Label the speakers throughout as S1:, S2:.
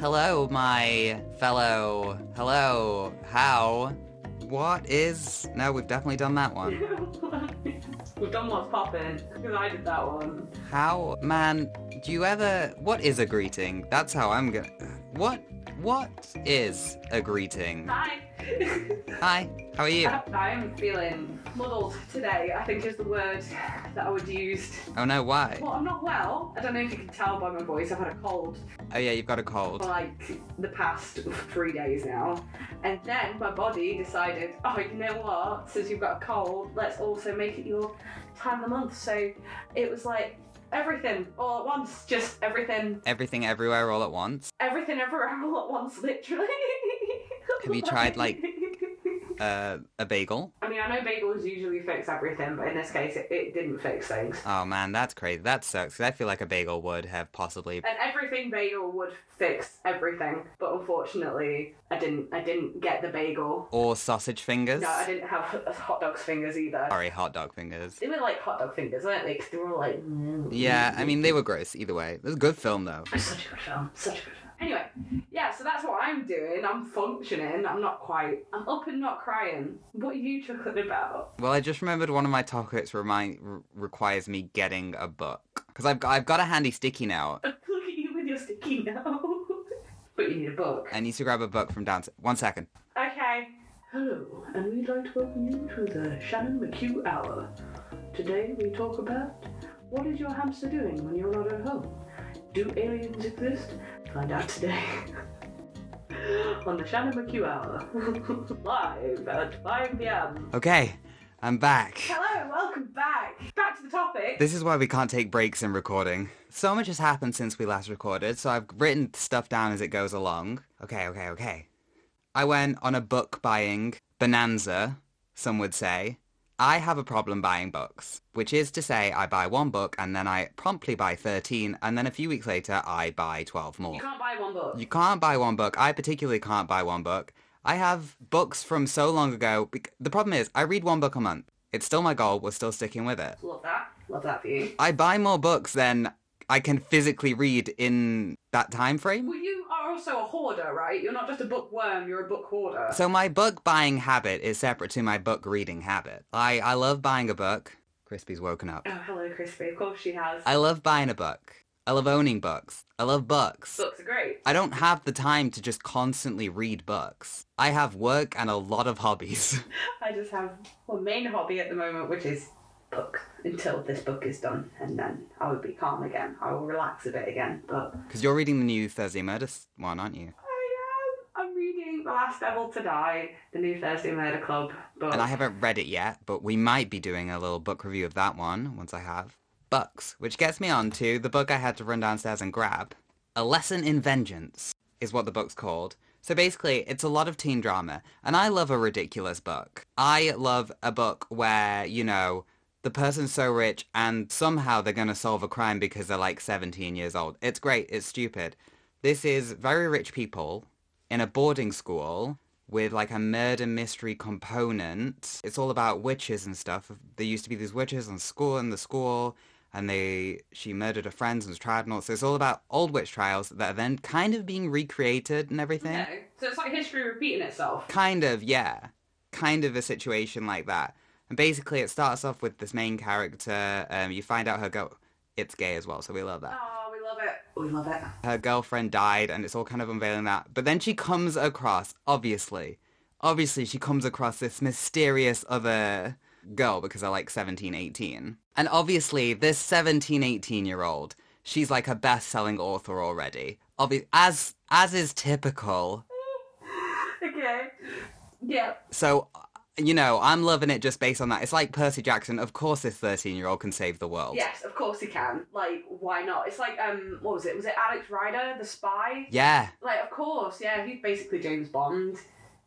S1: Hello, my fellow. Hello, how? What is. No, we've definitely done that one.
S2: We've done what's popping because I did that one.
S1: How, man, do you ever. What is a greeting? That's how I'm gonna. What? What is a greeting?
S2: Hi.
S1: Hi, how are you?
S2: I am feeling muddled today. I think is the word that I would use.
S1: Oh no, why?
S2: Well, I'm not well. I don't know if you can tell by my voice. I've had a cold
S1: Oh yeah, you've got a
S2: for
S1: cold.
S2: like the past three days now, and then my body decided, oh, you know what? Since you've got a cold, let's also make it your time of the month. So it was like everything all at once, just everything,
S1: Everything everywhere all at once.
S2: everything everywhere all at once, literally.
S1: Have you tried, like- Uh, a bagel?
S2: I mean, I know bagels usually fix everything, but in this case, it, it didn't fix things.
S1: Oh man, that's crazy. That sucks, 'cause I feel like a bagel would have possibly.
S2: And everything bagel would fix everything, but unfortunately, I didn't. I didn't get the bagel.
S1: Or sausage fingers?
S2: No, I didn't have hot dog's fingers either.
S1: Sorry, hot dog fingers.
S2: They were like hot dog fingers, weren't they? 'Cause they were all like.
S1: Yeah, I mean, they were gross either way. It was a good film though.
S2: It's such a good film. Such a good film. Anyway, yeah. So that's what I'm doing. I'm functioning. I'm not quite. I'm up and not crying. What are you chuckling about?
S1: Well, I just remembered one of my topics remind re- requires me getting a book because I've got, I've got a handy sticky now.
S2: Look at you with your sticky now. but you need a book.
S1: I need to grab a book from down. One second.
S2: Okay. Hello, and we'd like to welcome you to the Shannon McHugh Hour. Today we talk about what is your hamster doing when you're not at home? Do aliens exist? Find out today. On the Shannon McHugh Hour, live at 5 pm.
S1: Okay, I'm back.
S2: Hello, welcome back. Back to the topic.
S1: This is why we can't take breaks in recording. So much has happened since we last recorded, so I've written stuff down as it goes along. Okay, okay, okay. I went on a book buying bonanza, some would say. I have a problem buying books, which is to say, I buy one book and then I promptly buy 13, and then a few weeks later, I buy 12 more.
S2: you can't buy one book.
S1: You can't buy one book. I particularly can't buy one book. I have books from so long ago. bec- The problem is, I read one book a month. It's still my goal. We're still sticking with it.
S2: Love that. Love that for you.
S1: I buy more books than I can physically read in that time frame.
S2: Well, you are also a hoarder, right? You're not just a bookworm, you're a book hoarder.
S1: So my book buying habit is separate to my book reading habit. I, I love buying a book. Crispy's woken up.
S2: oh, hello, Crispy. Of course she has.
S1: I love buying a book. I love owning books. I love books.
S2: Books are great.
S1: I don't have the time to just constantly read books. I have work and a lot of hobbies.
S2: I just have one main hobby at the moment, which is book until this book is done, and then I will be calm again. I will relax a bit again. But
S1: Because you're reading the new Thursday Murder s- one, aren't you?
S2: I am. I'm reading The Last Devil to Die, the new Thursday Murder Club book.
S1: And I haven't read it yet, but we might be doing a little book review of that one once I have. Bucks, which gets me on to the book I had to run downstairs and grab. A Lesson in Vengeance is what the book's called. So basically, it's a lot of teen drama, and I love a ridiculous book. I love a book where, you know, the person's so rich and somehow they're going to solve a crime because they're like 17 years old. It's great, it's stupid. This is very rich people in a boarding school with like a murder mystery component. It's all about witches and stuff. There used to be these witches in school in the school and they she murdered her friends and was tried and all so it's all about old witch trials that are then kind of being recreated and everything.
S2: No. So it's like history repeating itself.
S1: Kind of, yeah. Kind of a situation like that. And basically it starts off with this main character, um, you find out her girl it's gay as well, so we love that.
S2: Oh, we love it. We love it.
S1: her girlfriend died and it's all kind of unveiling that. But then she comes across, obviously, obviously she comes across this mysterious other girl because they're like 17, 18. And obviously this 17, 18 year old, she's like a best-selling author already. Obvi- as as is typical.
S2: Okay. Yeah.
S1: So you know, I'm loving it just based on that. It's like Percy Jackson. Of course, this 13 year old can save the world.
S2: Yes, of course he can. Like, why not? It's like, um, what was it? Was it Alex Rider, the spy?
S1: Yeah.
S2: Like, of course, yeah. He's basically James Bond,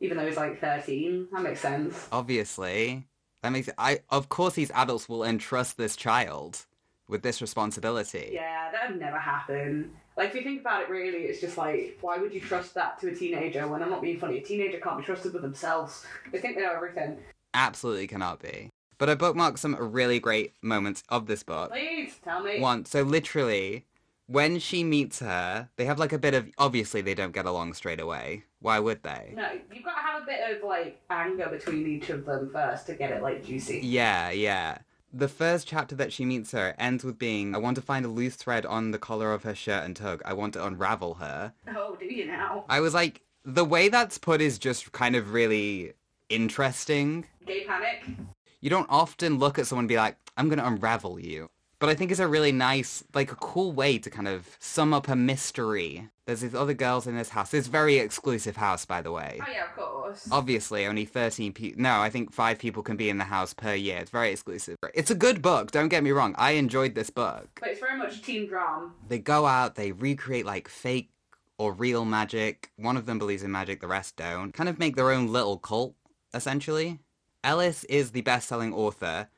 S2: even though he's like thirteen. That makes sense.
S1: obviously that makes i of course these adults will entrust this child with this responsibility
S2: Yeah, that would never happen. Like, if you think about it, really, it's just like, why would you trust that to a teenager when I'm not being funny? A teenager can't be trusted with themselves. They think they know everything.
S1: absolutely cannot be but i bookmarked some really great moments of this book
S2: Please tell me.
S1: one so literally when she meets her, they have like a bit of obviously they don't get along straight away. Why would they?
S2: No, you've got to have a bit of like anger between each of them first to get it like juicy.
S1: Yeah, yeah. The first chapter that she meets her ends with being, I want to find a loose thread on the collar of her shirt and tug. I want to unravel her.
S2: Oh, do you now?
S1: I was like, the way that's put is just kind of really interesting.
S2: Gay panic. Oh,
S1: You don't often look at someone and be like, I'm going to unravel you. But I think it's a really nice, like a cool way to kind of sum up a mystery. There's these other girls in this house. This very exclusive house, by the way.
S2: Oh yeah, of course.
S1: Obviously, only 13 people. No, I think five people can be in the house per year. It's very exclusive. It's a good book, don't get me wrong. I enjoyed this book.
S2: But it's very much teen drama.
S1: They go out, they recreate like fake or real magic. One of them believes in magic, the rest don't. Kind of make their own little cult, essentially. Ellis is the best selling author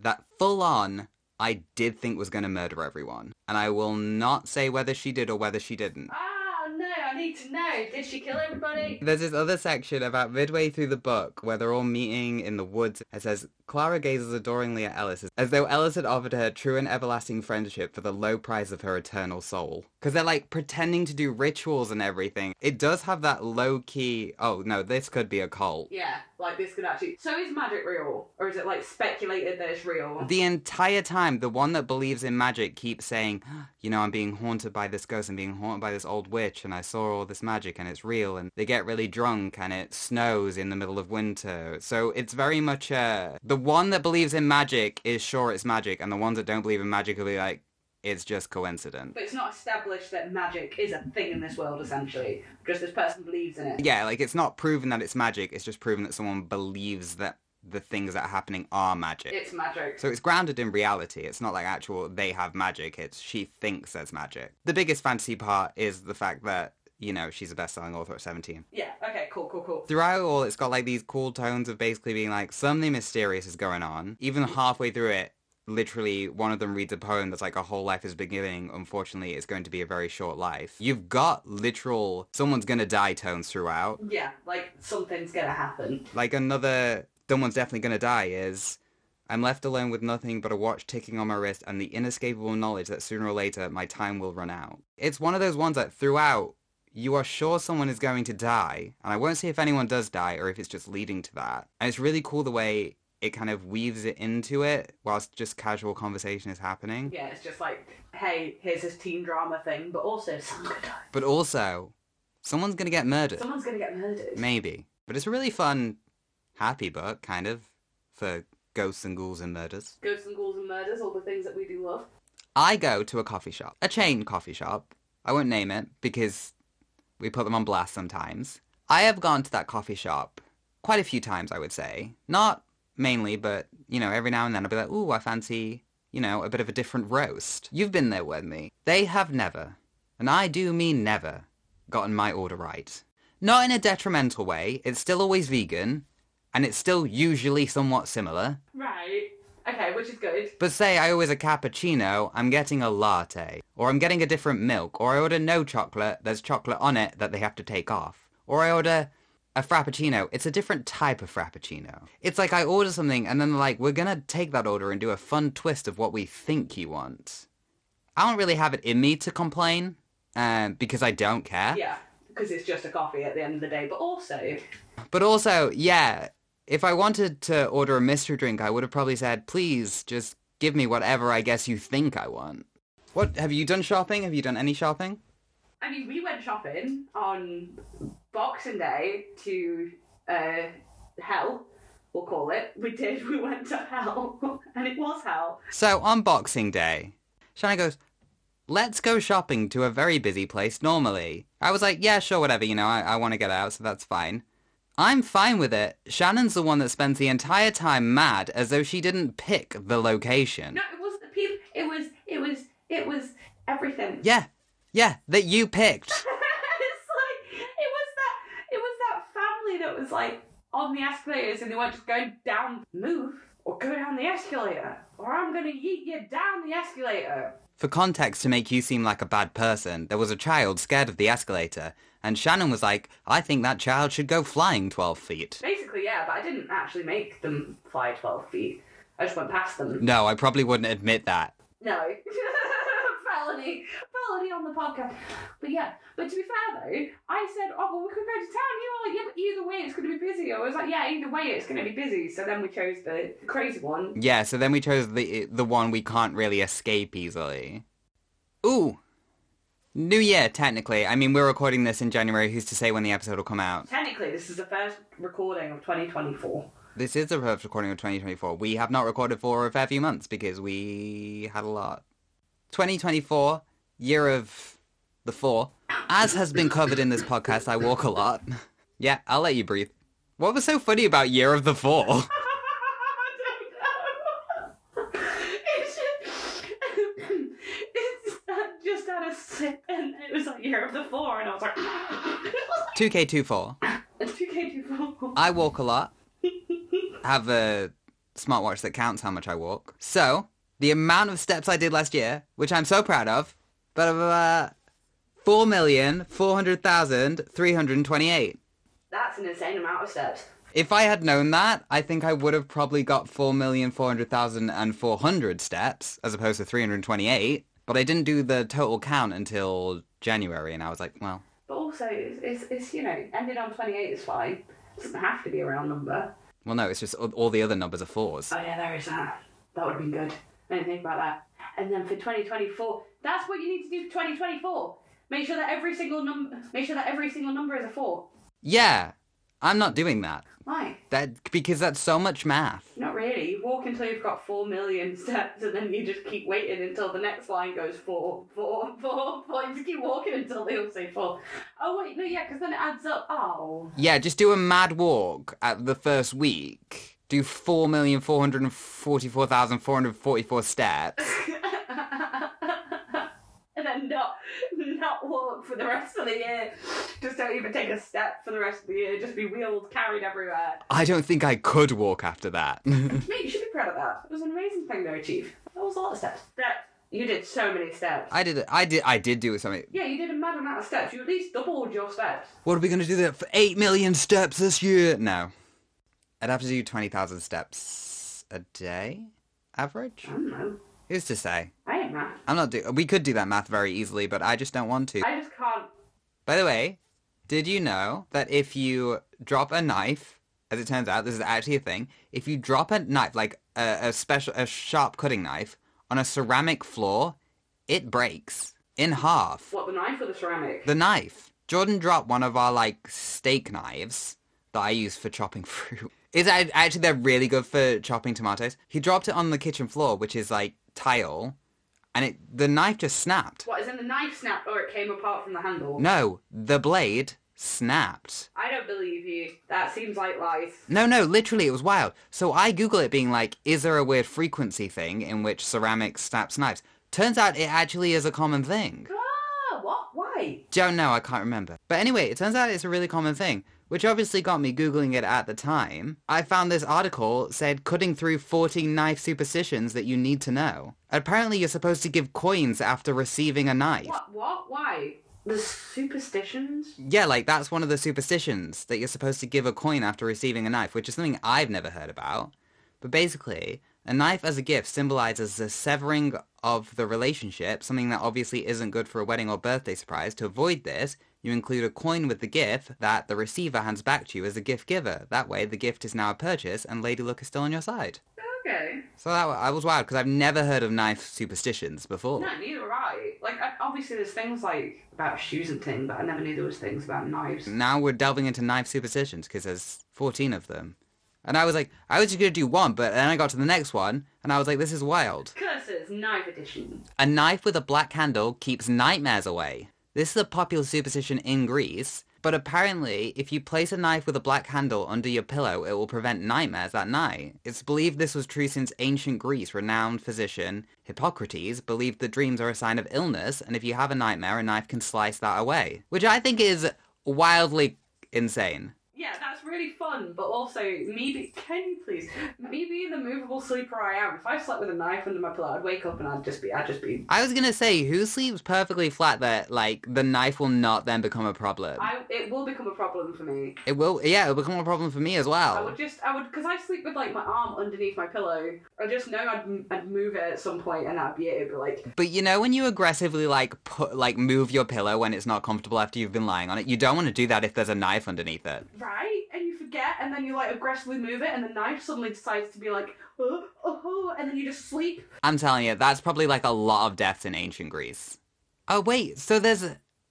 S1: that full on I did think was going to murder everyone. And I will not say whether she did or whether she didn't.
S2: Ah, no, I need to know. Did she kill everybody?
S1: There's this other section about midway through the book where they're all meeting in the woods. It says, Clara gazes adoringly at Ellis as though Ellis had offered her true and everlasting friendship for the low price of her eternal soul. Because they're like pretending to do rituals and everything. It does have that low key, oh no, this could be a cult.
S2: Yeah, like this could actually. So is magic real, or is it like speculated that it's real?
S1: The entire time, the one that believes in magic keeps saying, you know, I'm being haunted by this ghost, I'm being haunted by this old witch, and I saw all this magic, and it's real, and they get really drunk, and it snows in the middle of winter. So it's very much uh, the one that believes in magic is sure it's magic, and the ones that don't believe in magic will be like, it's just coincidence.
S2: But it's not established that magic is a thing in this world, essentially, because this person believes in it.
S1: Yeah, like it's not proven that it's magic, it's just proven that someone believes that the things that are happening are magic.
S2: It's magic.
S1: So it's grounded in reality. It's not like actual they have magic. It's she thinks there's magic. The biggest fantasy part is the fact that, you know, she's a best-selling author at 17.
S2: Yeah, okay, cool, cool, cool.
S1: Throughout it all, it's got like these cool tones of basically being like something mysterious is going on. Even halfway through it, literally one of them reads a poem that's like a whole life is beginning. Unfortunately, it's going to be a very short life. You've got literal someone's going to die tones throughout.
S2: Yeah, like something's gonna happen.
S1: Like another someone's definitely going to die is I'm left alone with nothing but a watch ticking on my wrist and the inescapable knowledge that sooner or later my time will run out. It's one of those ones that throughout you are sure someone is going to die, and I won't say if anyone does die or if it's just leading to that. And it's really cool the way it kind of weaves it into it whilst just casual conversation is happening.
S2: Yeah, it's just like, hey, here's this teen drama thing, but also someone's gonna die.
S1: But also, someone's going to get murdered.
S2: Someone's gonna get murdered.
S1: Maybe. But it's a really fun, happy book, kind of, for ghosts and ghouls and murders.
S2: Ghosts and ghouls and murders, all the things that we do love.
S1: I go to a coffee shop, a chain coffee shop. I won't name it because we put them on blast sometimes. I have gone to that coffee shop quite a few times, I would say. Not mainly, but, you know, every now and then I'll be like, ooh, I fancy, you know, a bit of a different roast. You've been there with me. They have never, and I do mean never, gotten my order right. Not in a detrimental way. It's still always vegan, and it's still usually somewhat similar.
S2: Right. Okay, which is good.
S1: But say I always a cappuccino, I'm getting a latte. Or I'm getting a different milk. Or I order no chocolate, there's chocolate on it that they have to take off. Or I order a frappuccino, it's a different type of frappuccino. It's like I order something and then they're like, we're gonna take that order and do a fun twist of what we think you want. I don't really have it in me to complain, um, because I don't care.
S2: Yeah, because it's just a coffee at the end of the day, but also,
S1: But also, yeah, if I wanted to order a mystery drink, I would have probably said, please just give me whatever I guess you think I want. What have you done shopping? Have you done any shopping?
S2: I mean, we went shopping on Boxing Day to uh, hell, we'll call it. We did, we went to hell, and it was hell.
S1: So on Boxing Day, Shanna goes, let's go shopping to a very busy place normally. I was like, yeah, sure, whatever, you know, I, I want to get out, so that's fine. I'm fine with it. Shannon's the one that spends the entire time mad as though she didn't pick the location.
S2: No, it wasn't the people, it was, it was, it was everything.
S1: Yeah, yeah, that you picked.
S2: it's like it was that it was that family that was like on the escalators and they weren't just going down move or go down the escalator or I'm gonna yeet you down the escalator.
S1: For context to make you seem like a bad person, there was a child scared of the escalator, and Shannon was like, I think that child should go flying 12 feet.
S2: Basically, yeah, but I didn't actually make them fly twelve feet. I just went past them.
S1: No, I probably wouldn't admit that.
S2: No. Fair felony, felony on the podcast. But yeah, but to be fair though, I said, oh well, we could go to town. You were like, yeah, but either way, it's going to be busy. I was like, yeah, either way, it's going to be busy. So then we chose the crazy one.
S1: Yeah, so then we chose the the one we can't really escape easily. Ooh. New year technically. I mean, we're recording this in January. Who's to say when the episode will come out?
S2: Technically, this is the first recording of 2024.
S1: This is the first recording of 2024. We have not recorded for a fair few months because we had a lot. 2024, year of the four. As has been covered in this podcast, I walk a lot. Yeah, I'll let you breathe. What was so funny about year of the four?
S2: It's just- it's- I just had a sip and it was like year of the four and I was like
S1: 2K24.
S2: two K two four.
S1: I walk a lot. have a smartwatch that counts how much I walk. So, the amount of steps I did last year, which I'm so proud of, but uh, 4,400,328.
S2: That's an insane amount of steps.
S1: If I had known that, I think I would have probably got 4,400,400 steps as opposed to 328. But I didn't do the total count until January, and I was like, well,
S2: But also it's, it's, it's you know, ending on twenty eight is fine. It doesn't have to be a round number.
S1: well, no, it's just all all the other numbers are fours.
S2: Oh yeah, there is that. That would have been good. I didn't think about that. And then for 2024, that's what you need to do for 2024. Make sure that every single number, make sure that every single number is a four.
S1: Yeah, I'm not doing that.
S2: Why?
S1: That because that's so much math.
S2: Not really. You walk until you've got four million steps, and then you just keep waiting until the next line goes four, four, four, four. You just keep walking until they all say four. Oh wait, no, yeah, because then it adds up. Oh,
S1: Yeah, just do a mad walk at the first week. Do 4,444,444 steps.
S2: and then not not walk for the rest of the year. Just don't even take a step for the rest of the year. Just be wheeled, carried everywhere.
S1: I don't think I could walk after that.
S2: Mate, you should be proud of that. It was an amazing thing to achieve. That was a lot of steps. That you did so many steps.
S1: I did I did I did do something.
S2: yeah, you did a mad amount of steps. You at least doubled your steps.
S1: What are we going to do that for 8 million steps this year? No. I'd have to do 20,000 steps a day average.
S2: I don't know.
S1: Who's to say?
S2: I ain't mad.
S1: I'm not do we could do that math very easily, but I just don't want to.
S2: I just can't
S1: By the way, did you know that if you drop a knife, as it turns out, this is actually a thing. If you drop a knife, like a, a special, a sharp cutting knife, on a ceramic floor, it breaks in half.
S2: What the knife or the ceramic?
S1: The knife. Jordan dropped one of our like steak knives that I use for chopping fruit. Is actually they're really good for chopping tomatoes. He dropped it on the kitchen floor, which is like tile, and it the knife just snapped.
S2: What is in the knife snapped or it came apart from the handle?
S1: No, the blade snapped.
S2: I don't believe you. That seems like lies.
S1: No, no, literally, it was wild. So I Google it being like, is there a weird frequency thing in which ceramic snaps knives? Turns out it actually is a common thing.
S2: Ah, what? Why?
S1: Don't know, I can't remember. But anyway, it turns out it's a really common thing, which obviously got me Googling it at the time. I found this article said cutting through 14 knife superstitions that you need to know. Apparently, you're supposed to give coins after receiving a knife.
S2: What? What? Why? The superstitions?
S1: Yeah, like that's one of the superstitions that you're supposed to give a coin after receiving a knife, which is something I've never heard about. But basically, a knife as a gift symbolizes the severing of the relationship, something that obviously isn't good for a wedding or birthday surprise. To avoid this, you include a coin with the gift that the receiver hands back to you as the gift giver. That way, the gift is now a purchase and Lady Luck is still on your side.
S2: Okay.
S1: So that I was wild because I've never heard of knife superstitions before.
S2: No, neither were I. Like, I, obviously, there's things like about shoes and things, but I never knew there was things about knives.
S1: now we're delving into knife superstitions because there's 14 of them. And I was like, I was just going to do one, but then I got to the next one and I was like, this is wild.
S2: Curses, knife edition.
S1: A knife with a black handle keeps nightmares away. This is a popular superstition in Greece, but apparently, if you place a knife with a black handle under your pillow, it will prevent nightmares that night. It's believed this was true since ancient Greece. Renowned physician Hippocrates believed that dreams are a sign of illness, and if you have a nightmare, a knife can slice that away. Which I think is wildly insane.
S2: Yeah, that's really fun, but also me. Be- can you please me being the movable sleeper I am? If I slept with a knife under my pillow, I'd wake up and I'd just be, I'd just be.
S1: I was gonna say, who sleeps perfectly flat that like the knife will not then become a problem?
S2: I it will become a problem for me.
S1: It will, yeah, it'll become a problem for me as
S2: I
S1: well.
S2: would just, I would, because I sleep with like my arm underneath my pillow. I just know I'd, m- I'd move it at some point and I'd be it. It'd be like,
S1: But you know when you aggressively like put like move your pillow when it's not comfortable after you've been lying on it, you don't want to do that if there's a knife underneath it.
S2: right? And you forget, and then you like aggressively move it, and the knife suddenly decides to be like, oh, oh, oh, and then you just sleep.
S1: I'm telling you, that's probably like a lot of deaths in ancient Greece. Oh wait, so there's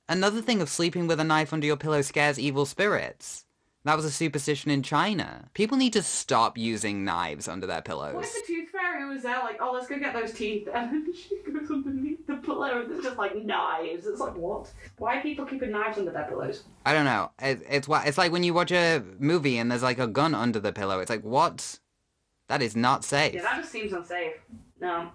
S1: another thing of sleeping with a knife under your pillow scares evil spirits. That was a superstition in China. People need to stop using knives under their pillows.
S2: What if the tooth fairy was there, like, oh, let's go get those teeth, and then she goes underneath the pillow, and there's just like knives. It's like, what? Why are people keeping knives under their pillows?
S1: I don't know. It, it's wha- it's like when you watch a movie and there's like a gun under the pillow. It's like what? That is not safe.
S2: Yeah, that just seems unsafe. No,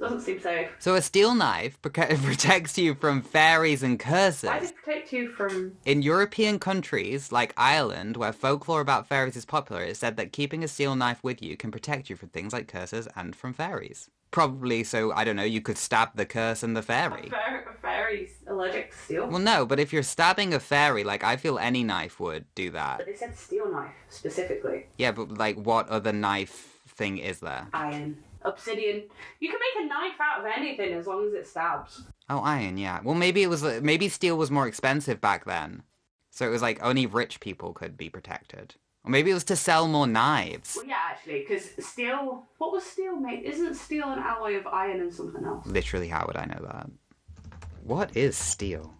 S2: doesn't seem safe.
S1: so a steel knife proca- protects you from fairies and
S2: Why
S1: curses.
S2: does it protect you from
S1: In European countries like Ireland, where folklore about fairies is popular, it's said that keeping a steel knife with you can protect you from things like curses and from fairies. Probably so. I don't know. You could stab the curse and the fairy.
S2: fair- fairies allergic to steel?
S1: Well, no, but if you're stabbing a fairy, like I feel any knife would do that.
S2: But they said steel knife specifically.
S1: Yeah, but like what other knife thing is there?
S2: Iron, obsidian. You can make a knife out of anything as long as it stabs.
S1: Oh, iron, yeah. Well, maybe it was uh, maybe steel was more expensive back then, so it was like only rich people could be protected, or maybe it was to sell more knives.
S2: Well, yeah, actually, because steel. What was steel made? Isn't steel an alloy of iron and something else?
S1: Literally, how would I know that? What is steel?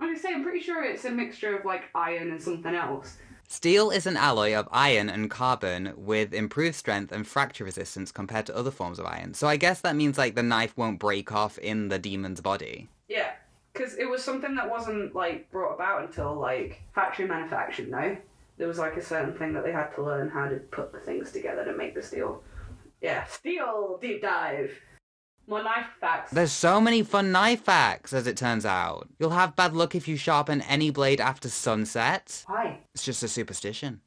S2: Like I say, I'm pretty sure it's a mixture of like iron and something else.
S1: Steel is an alloy of iron and carbon with improved strength and fracture resistance compared to other forms of iron. So I guess that means like the knife won't break off in the demon's body.
S2: Yeah, because it was something that wasn't like brought about until like factory manufacturing. No, there was like a certain thing that they had to learn how to put the things together to make the steel. Yeah, steel deep dive. More knife facts.
S1: There's so many fun knife facts, as it turns out. You'll have bad luck if you sharpen any blade after sunset.
S2: Why?
S1: It's just a superstition.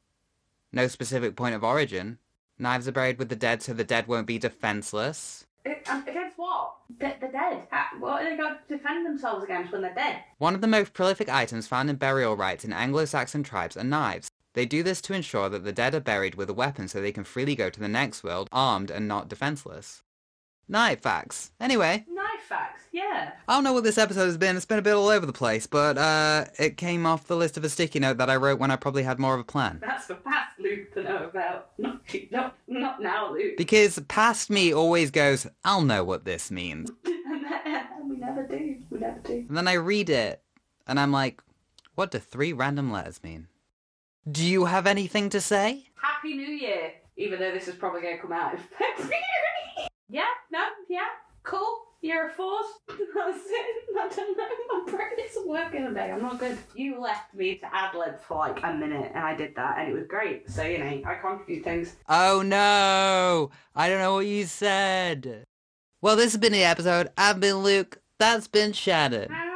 S1: No specific point of origin. Knives are buried with the dead so the dead won't be defenseless.
S2: It- um, Against what? They're, they're dead. Ha- What are they going to defend themselves against when they're dead?
S1: One of the most prolific items found in burial rites in Anglo Saxon tribes are knives. They do this to ensure that the dead are buried with a weapon so they can freely go to the next world armed and not defenseless. Knife facts. Anyway,
S2: Knife facts, yeah.
S1: I don't know what this episode has been. It's been a bit all over the place, but uh, it came off the list of a sticky note that I wrote when I probably had more of a plan.
S2: That's for past Luke to know about. Not, not, not now, Luke.
S1: Because past me always goes, I'll know what this means.
S2: and we never do. We never do.
S1: And then I read it, and I'm like, what do three random letters mean? Do you have anything to say?
S2: Happy New Year, even though this is probably going to come out in February. yeah, no, yeah, cool. You're a force. That's it. I don't know. My brain isn't working today. I'm not good. You left me to ad lib for like a minute, and I did that, and it was great. So, you know, I contribute things.
S1: Oh no! I don't know what you said! Well, this has been the episode. I've been Luke. That's been Shannon.
S2: Happy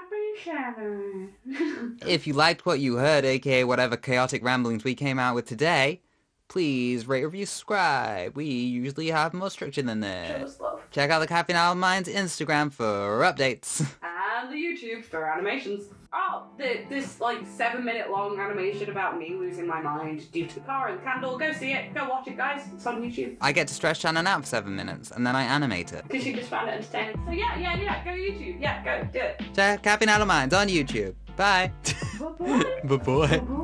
S2: Shannon.
S1: If you liked what you heard, aka whatever chaotic ramblings we came out with today, please rate, review, subscribe. We usually have more structure than
S2: Show
S1: this.
S2: us love.
S1: Check out the Caffeine Owl Mind's Instagram for updates.
S2: And the YouTube for animations. Oh, the, this like seven minute long animation about me losing my mind due to the car and the candle. Go see it. Go watch it, guys. It's on YouTube.
S1: I get to stretch Shannon out for seven minutes, and then I animate it.
S2: Because you just found it entertaining. So yeah, yeah, yeah. Go YouTube. Yeah, go. Do it.
S1: Check Caffeine Out of Minds on YouTube. Bye.
S2: Bye-bye.
S1: Bye bye.
S2: Bye-bye.